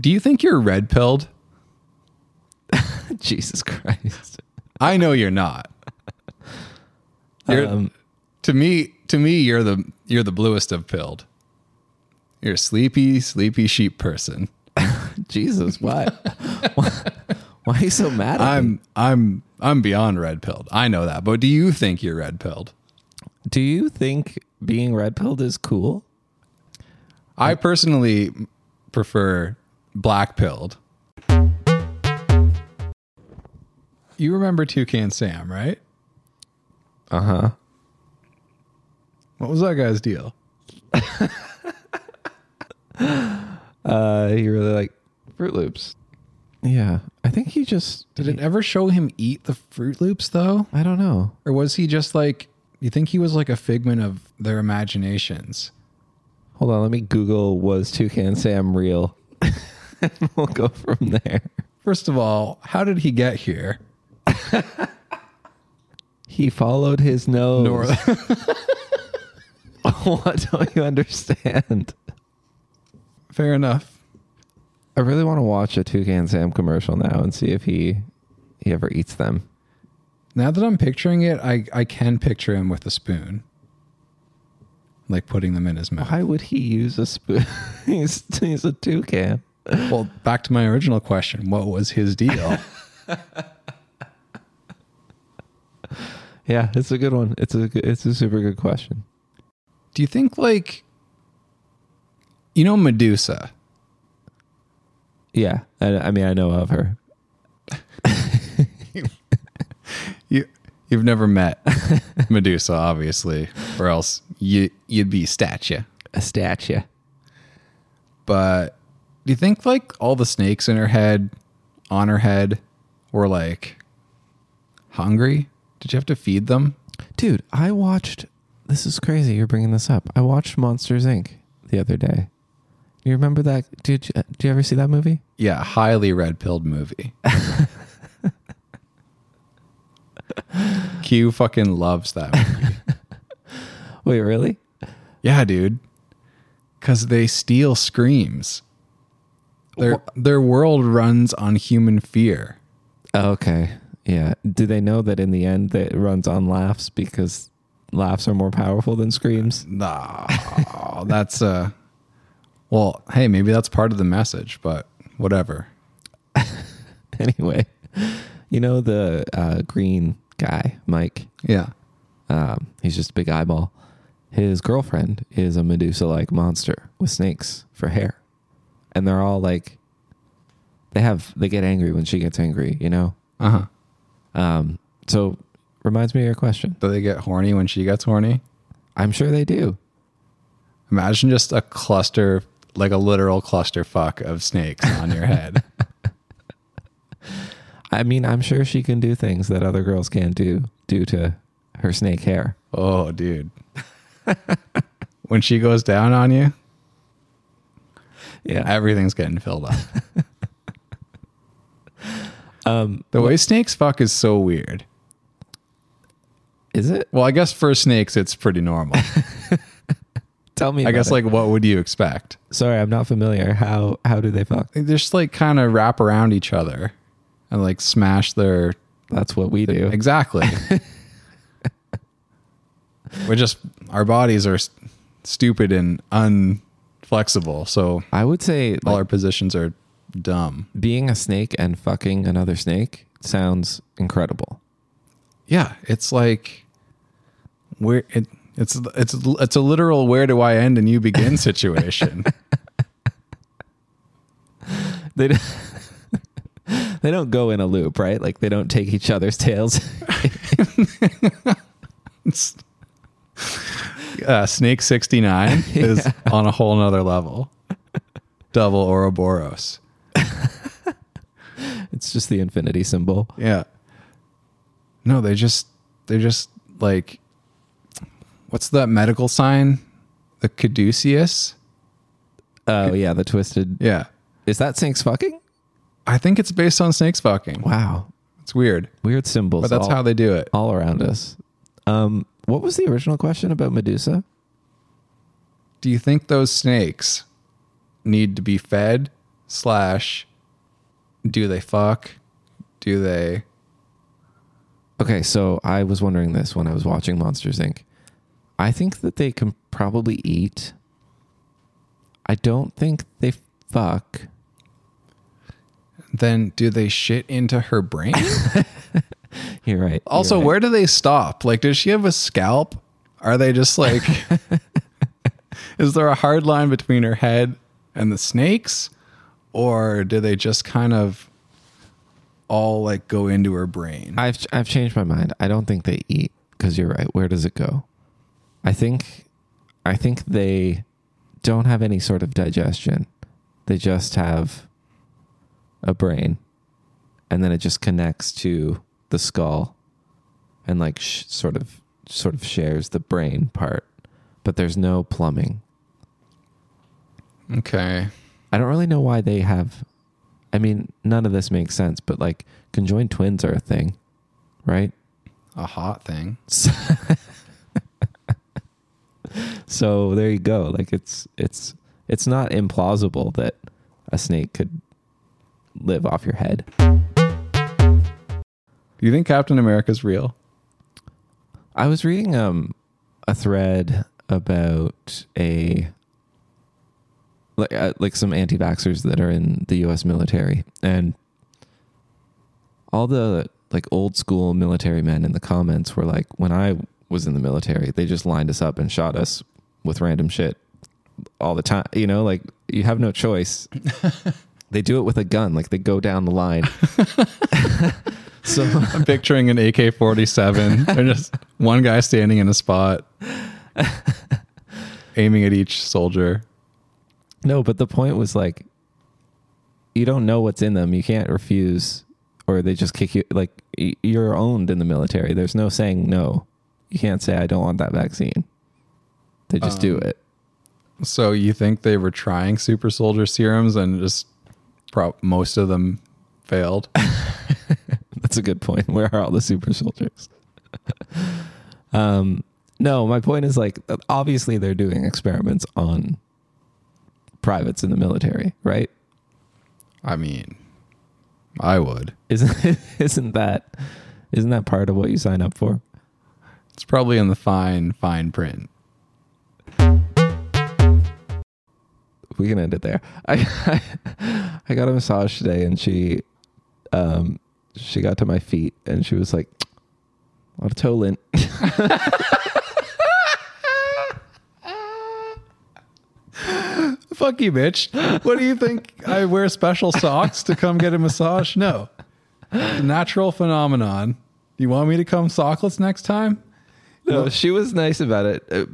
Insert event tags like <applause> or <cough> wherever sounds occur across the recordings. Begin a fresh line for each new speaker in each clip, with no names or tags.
Do you think you're red pilled?
<laughs> Jesus Christ.
I know you're not. You're,
Um,
to me, to me, you're the you're the bluest of pilled. You're a sleepy, sleepy sheep person.
Jesus, <laughs> why? why are you so mad at me?
I'm I'm I'm beyond red pilled. I know that. But do you think you're red pilled?
Do you think being red pilled is cool?
I personally prefer black pilled. You remember Toucan Sam, right?
Uh huh.
What was that guy's deal?
Uh, he really liked Fruit Loops. Yeah, I think he just
Did it ever show him eat the Fruit Loops though?
I don't know.
Or was he just like you think he was like a figment of their imaginations?
Hold on, let me Google was Toucan Sam real. <laughs> we'll go from there.
First of all, how did he get here?
He followed his nose.
Nor-
<laughs>
<laughs>
what don't you understand?
Fair enough.
I really want to watch a Toucan Sam commercial now and see if he he ever eats them.
Now that I'm picturing it, I, I can picture him with a spoon. Like putting them in his <laughs> mouth.
Why would he use a spoon? <laughs> he's, he's a toucan.
Well, back to my original question. What was his <laughs> deal?
Yeah, it's a good one. It's a good- it's a super good question.
Do you think like you know Medusa?
Yeah, I, I mean I know of her.
You you've never <laughs> met Medusa, obviously, or else you you'd be statue.
A statue.
But do you think like all the snakes in her head, on her head, were like hungry? Did you have to feed them?
Dude, I watched. This is crazy. You're bringing this up. I watched Monsters Inc. the other day. You remember that? Did you, do you ever see that movie?
Yeah, highly red pilled movie. Q fucking loves that movie.
Wait, really?
Yeah, dude. Cause they steal screams. Their their world runs on human fear.
Okay. Yeah. Do they know that in the end that it runs on laughs because laughs are more powerful than screams? <laughs>
Nah, that's uh well, hey, maybe that's part of the message, but whatever.
Anyway, you know the uh, green guy, Mike.
Yeah.
Um, he's just a big eyeball. His girlfriend is a Medusa like monster with snakes for hair. And they're all like, they have, they get angry when she gets angry, you know?
Uh-huh.
Um, so reminds me of your question.
Do they get horny when she gets horny?
I'm sure they do.
Imagine just a cluster like a literal clusterfuck of snakes <laughs> on your head.
I mean, I'm sure she can do things that other girls can't do due to her snake hair.
Oh,
<laughs>
dude. when she goes down on you,
Yeah.
everything's getting filled up.
<laughs> Um,
The way snakes fuck is so weird.
is it?
Well, I guess for snakes, it's pretty
<laughs>
normal.
Tell me.
I
about
guess,
it.
like, what would you expect?
sorry, I'm not familiar. How, how do they fuck?
They just like kind of wrap around each other and like smash their
That's what we do.
exactly. <laughs> We're just our bodies are s- stupid and unflexible, so
I would say
all our positions are dumb.
being a snake and fucking another snake sounds incredible.
Yeah, it's like where it it's it's it's a literal where do I end and you <laughs> begin situation.
They don't, <laughs> they don't go in a loop, right? Like they don't take each other's tails. <laughs>
uh, Snake <laughs> 69 is on a whole nother level. Double Ouroboros.
it's just the infinity symbol.
Yeah. No, they just, they're just like, what's that medical sign? The caduceus?
Oh yeah, the twisted.
Yeah.
Is that snakes fucking?
I think it's based on snakes fucking.
Wow,
It's weird,
weird symbols.
but that's
all,
how they do it.
all around us. Um, what was the original question about Medusa?
Do you think those snakes need to be fed slash do they fuck? Do they
Okay, so I was wondering this when I was watching Monsters Inc. I think that they can probably eat. I don't think they fuck.
then do they shit into her brain? <laughs>
You're right.
also,
You're right.
where do they stop? Like does she have a scalp? Are they just like Is there a hard line between her head and the snakes or do they just kind of all like go into her brain?
I've I've changed my mind. I don't think they eat because you're right. Where does it go? I think I think they don't have any sort of digestion. They just have a brain, and then it just connects to the skull, and like sh- sort of sort of shares the brain part. But there's no plumbing.
Okay.
I don't really know why they have. I mean, none of this makes sense. But like conjoined twins are a thing, right?
A hot thing.
So, so there you go. Like it's it's it's not implausible that a snake could live off your head.
Do you think Captain America's real?
I was reading um a thread about a like uh, like some anti-vaxxers that are in the U.S. military and all the like old school military men in the comments were like, when I was in the military, they just lined us up and shot us with random shit all the time. You know, like you have no choice. they do it with a gun. Like they go down the line. <laughs> so
I'm picturing an AK 47. They're just one guy standing in a spot, aiming at each soldier.
No, but the point was like, you don't know what's in them. You can't refuse, or they just kick you. Like y- you're owned in the military. There's no saying no. You can't say I don't want that vaccine. They just do it. <laughs>
So you think they were trying super soldier serums and just prob- most of them failed?
That's a good point. Where are all the super soldiers? <laughs> um, no, my point is like obviously they're doing experiments on privates in the military, right?
I mean, I would.
Isn't <laughs> isn't that isn't that part of what you sign up for?
It's probably in the fine, fine print.
we can end it there. I, <laughs> I got a massage today, and she, um, she got to my feet, and she was like, "A lot of toe <laughs> lint."
Fuck you, bitch. What do you think? I wear special socks to come get a massage? No. It's a natural phenomenon. You want me to come sockless next time?
No, she was nice about it, uh,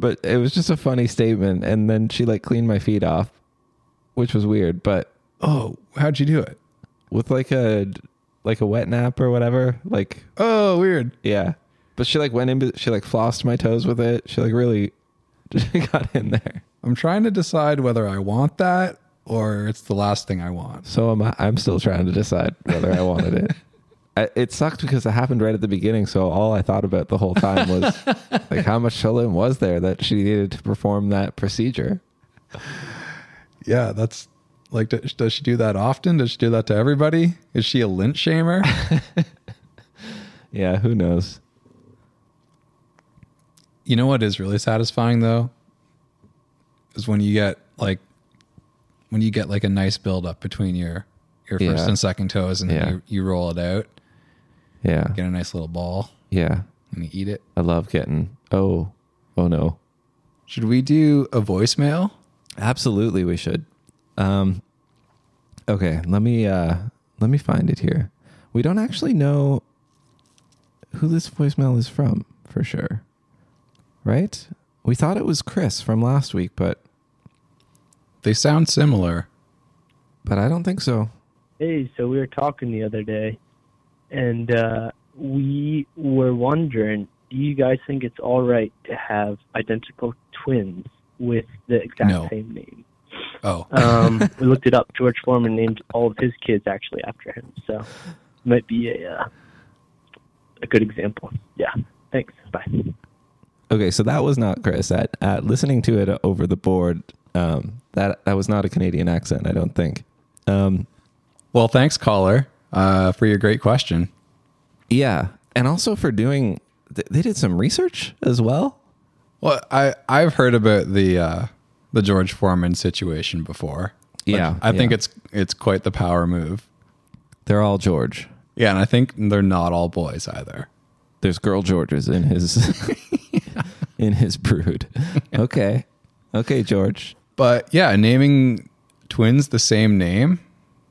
but it was just a funny statement. And then she like cleaned my feet off, which was weird, but
Oh, how'd you do it?
with like a like a wet nap or whatever. Like,
Oh, weird.
yeah. But she like went in. be- She like flossed my toes with it. She like really <laughs> got in there.
I'm trying to decide whether I want that or it's the last thing I want.
So am I, I'm still trying to decide whether I wanted <laughs> it. I, it sucked because it happened right at the beginning. So all I thought about the whole time was <laughs> like how much Shalom was there that she needed to perform that procedure.
Yeah, that's like, does does she do that often? Does she do that to everybody? Is she a lint <laughs> shamer?
Yeah, who knows?
you know what is really satisfying though? Is when you get like, when you get like a nice buildup between your, your first
Yeah.
and second toes and then
Yeah.
you, you roll it out,
Yeah,
get a nice little ball
yeah.
and you eat it.
I love getting. Oh, oh no.
Should we do a voicemail?
Absolutely, we should. Um, okay, let me uh, let me find it here. We don't actually know who this voicemail is from for sure, right? We thought it was Chris from last week, but
They sound similar.
but I don't think so.
Hey, so we were talking the other day, and uh, we were wondering do you guys think it's all right to have identical twins with the exact
No.
same name?
Oh, <laughs>
Um, we looked it up. George Foreman named all of his kids actually after him, so might be a, uh, a good example. Yeah. Thanks. Bye.
Okay, so that was not Chris. At, at listening to it over the board, um, that that was not a Canadian accent. I don't think. Um,
Well, thanks, caller, uh, for your great question.
yeah, and also for doing. th- They did some research as well.
Well, I I've heard about the uh, the George Foreman situation before. Like,
Yeah,
I think
yeah.
it's it's quite the power move.
They're all George.
Yeah, and I think they're not all boys either.
There's girl Georges in his <laughs> in his brood. Okay, okay, George.
But yeah, naming twins the same name,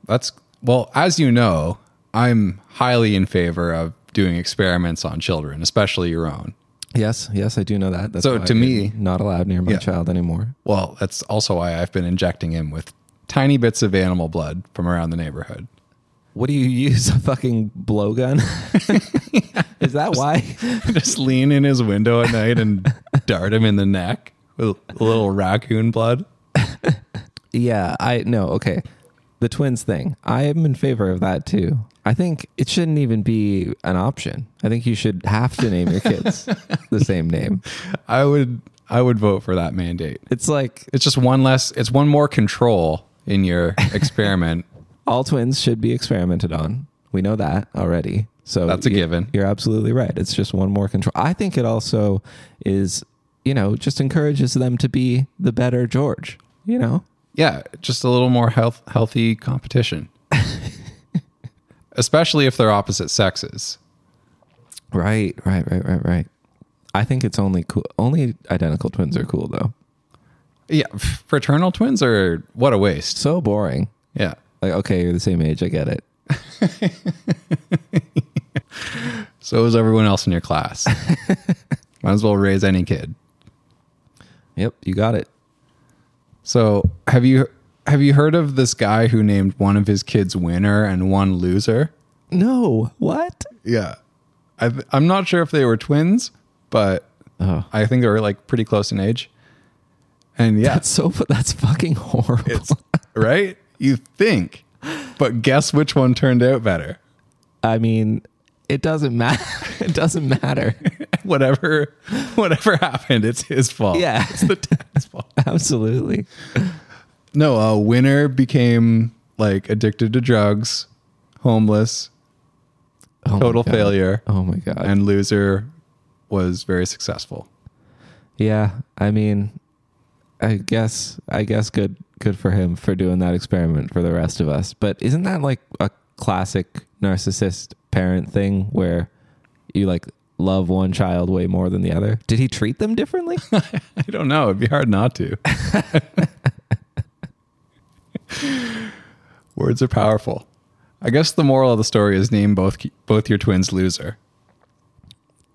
that's well, as you know, I'm highly in favor of doing experiments on children, especially your own.
Yes, yes, I do know that. That's
So
why
to
I'm
me-
not allowed near my
Yeah.
child anymore.
Well, that's also why I've been injecting him with tiny bits of animal blood from around the neighborhood.
What do you use? A fucking
<laughs>
blowgun? Is that why?
Just lean in his window at night and dart him in the neck with a little raccoon blood.
Yeah, I no, okay. The twins thing. I am in favor of that too. I think it shouldn't even be an option. I think you should have to name
<laughs>
your kids the same name.
I would I would vote for that mandate.
It's like
It's just one less it's one more control in your experiment.
all twins should be experimented on. We know that already. So
That's a
you-
given.
You're absolutely right. It's just one more control. I think it also is, you know, just encourages them to be the better George, you know?
yeah, just a little more health healthy competition. Especially if they're opposite sexes.
Right, right, right, right, right. I think it's only cool. Only identical twins are cool though.
Yeah, f- fraternal twins are what a waste.
So boring.
Yeah.
Like, okay, you're the same age. I get it.
So is everyone else in your class. Might as well raise any kid.
Yep, you got it.
So have you have you heard of this guy who named one of his kids winner and one loser?
No, what?
Yeah, I th- I'm not sure if they were twins, but
Oh,
I think they were like pretty close in age. And yeah,
that's <laughs> so. fu- That's fucking horrible.
it's right. You think, but guess which one turned out better? <laughs>
I mean, it doesn't matter. <laughs> it doesn't <laughs> matter.
whatever, whatever happened, it's his fault.
Yeah.
<laughs>
<laughs>
it's the dad's fault.
Absolutely.
No, uh, winner became like addicted to drugs, homeless,
Oh my
total
God.
failure.
Oh my god.
and loser was very successful. <laughs>
yeah, I mean, I guess, I guess, good, good for him for doing that experiment for the rest of us. But isn't that like a classic narcissist parent thing where you like love one child way more than the other? Did he treat
<laughs>
them differently?
I don't know. It'd be hard not
<laughs>
to. Words are powerful. I guess the moral of the story is name both both your twins loser.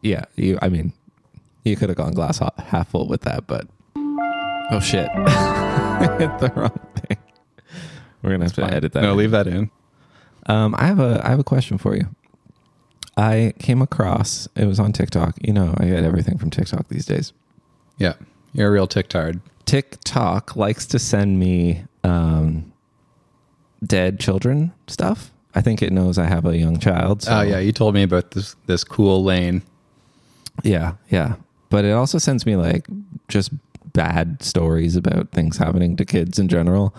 yeah, you. I mean, you could have gone glass ho- half full with that, but oh shit, <laughs> hit the wrong thing. We're gonna have to edit that.
No,
out.
leave that in.
Um, I have a I have a question for you. I came across it was on TikTok. You know, I get everything from TikTok these days.
Yeah, you're a real ticktard.
TikTok likes to send me um, dead children stuff. I think it knows I have a young child. So
Oh yeah, you told me about this this cool lane.
Yeah, yeah. But it also sends me like just bad stories about things happening to kids in general.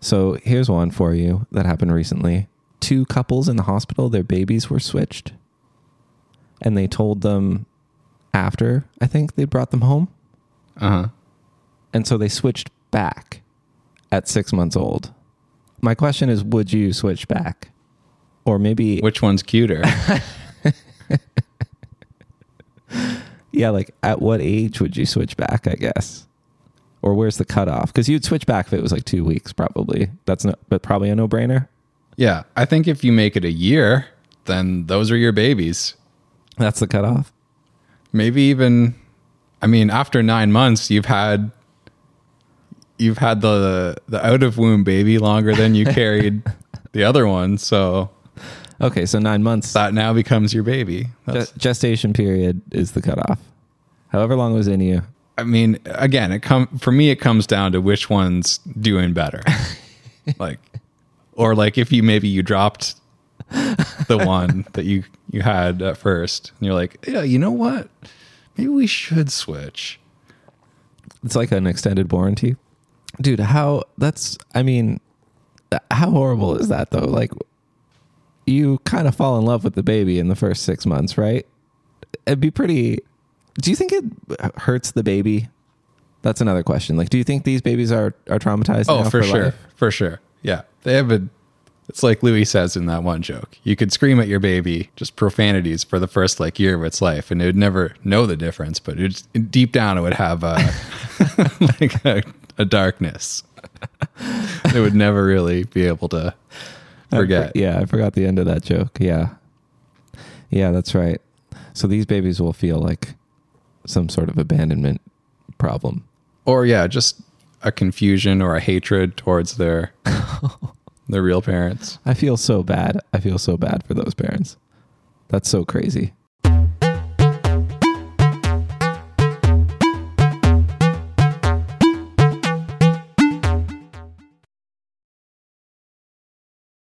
so here's one for you that happened recently. Two couples in the hospital, their babies were switched. And they told them after, I think they brought them home.
Uh huh.
Uh-huh. And so they switched back at six months old. My question is would you switch back? Or maybe
Which one's
<laughs>
cuter?
Yeah, like at what age would you switch back, I guess? Or where's the cutoff? Because you'd switch back if it was like two weeks, probably. That's no, but probably a no brainer.
yeah, I think if you make it a year, then those are your babies.
That's the cutoff.
maybe even i mean after nine months you've had you've had the the out of womb baby longer than you carried the other one so
Okay, so nine months.
that now becomes your baby
Ge-
That's,
gestation period is the cutoff. However long it was in you.
i mean again it come for me it comes down to which one's doing better like or like if you maybe you dropped the one that you you had at first and you're like yeah you know what maybe we should switch
It's like an extended warranty. Dude, how that's I mean, how horrible is that though? Like you kind of fall in love with the baby in the first 6 months, right? It'd be pretty Do you think it hurts the baby? That's another question. Like do you think these babies are are traumatized
Oh,
now
for, sure.
life?
For sure. Yeah. They have a it's like Louis says in that one joke. You could scream at your baby just profanities for the first like year of its life and it would never know the difference, but it's deep down it would have a <laughs> like a, a darkness. it would never really be able to
I for-
forget.
yeah, I forgot the end of that joke. Yeah. Yeah, that's right. So these babies will feel like some sort of abandonment problem.
Or yeah, just a confusion or a hatred towards their their real parents.
I feel so bad. I feel so bad for those parents. That's so crazy.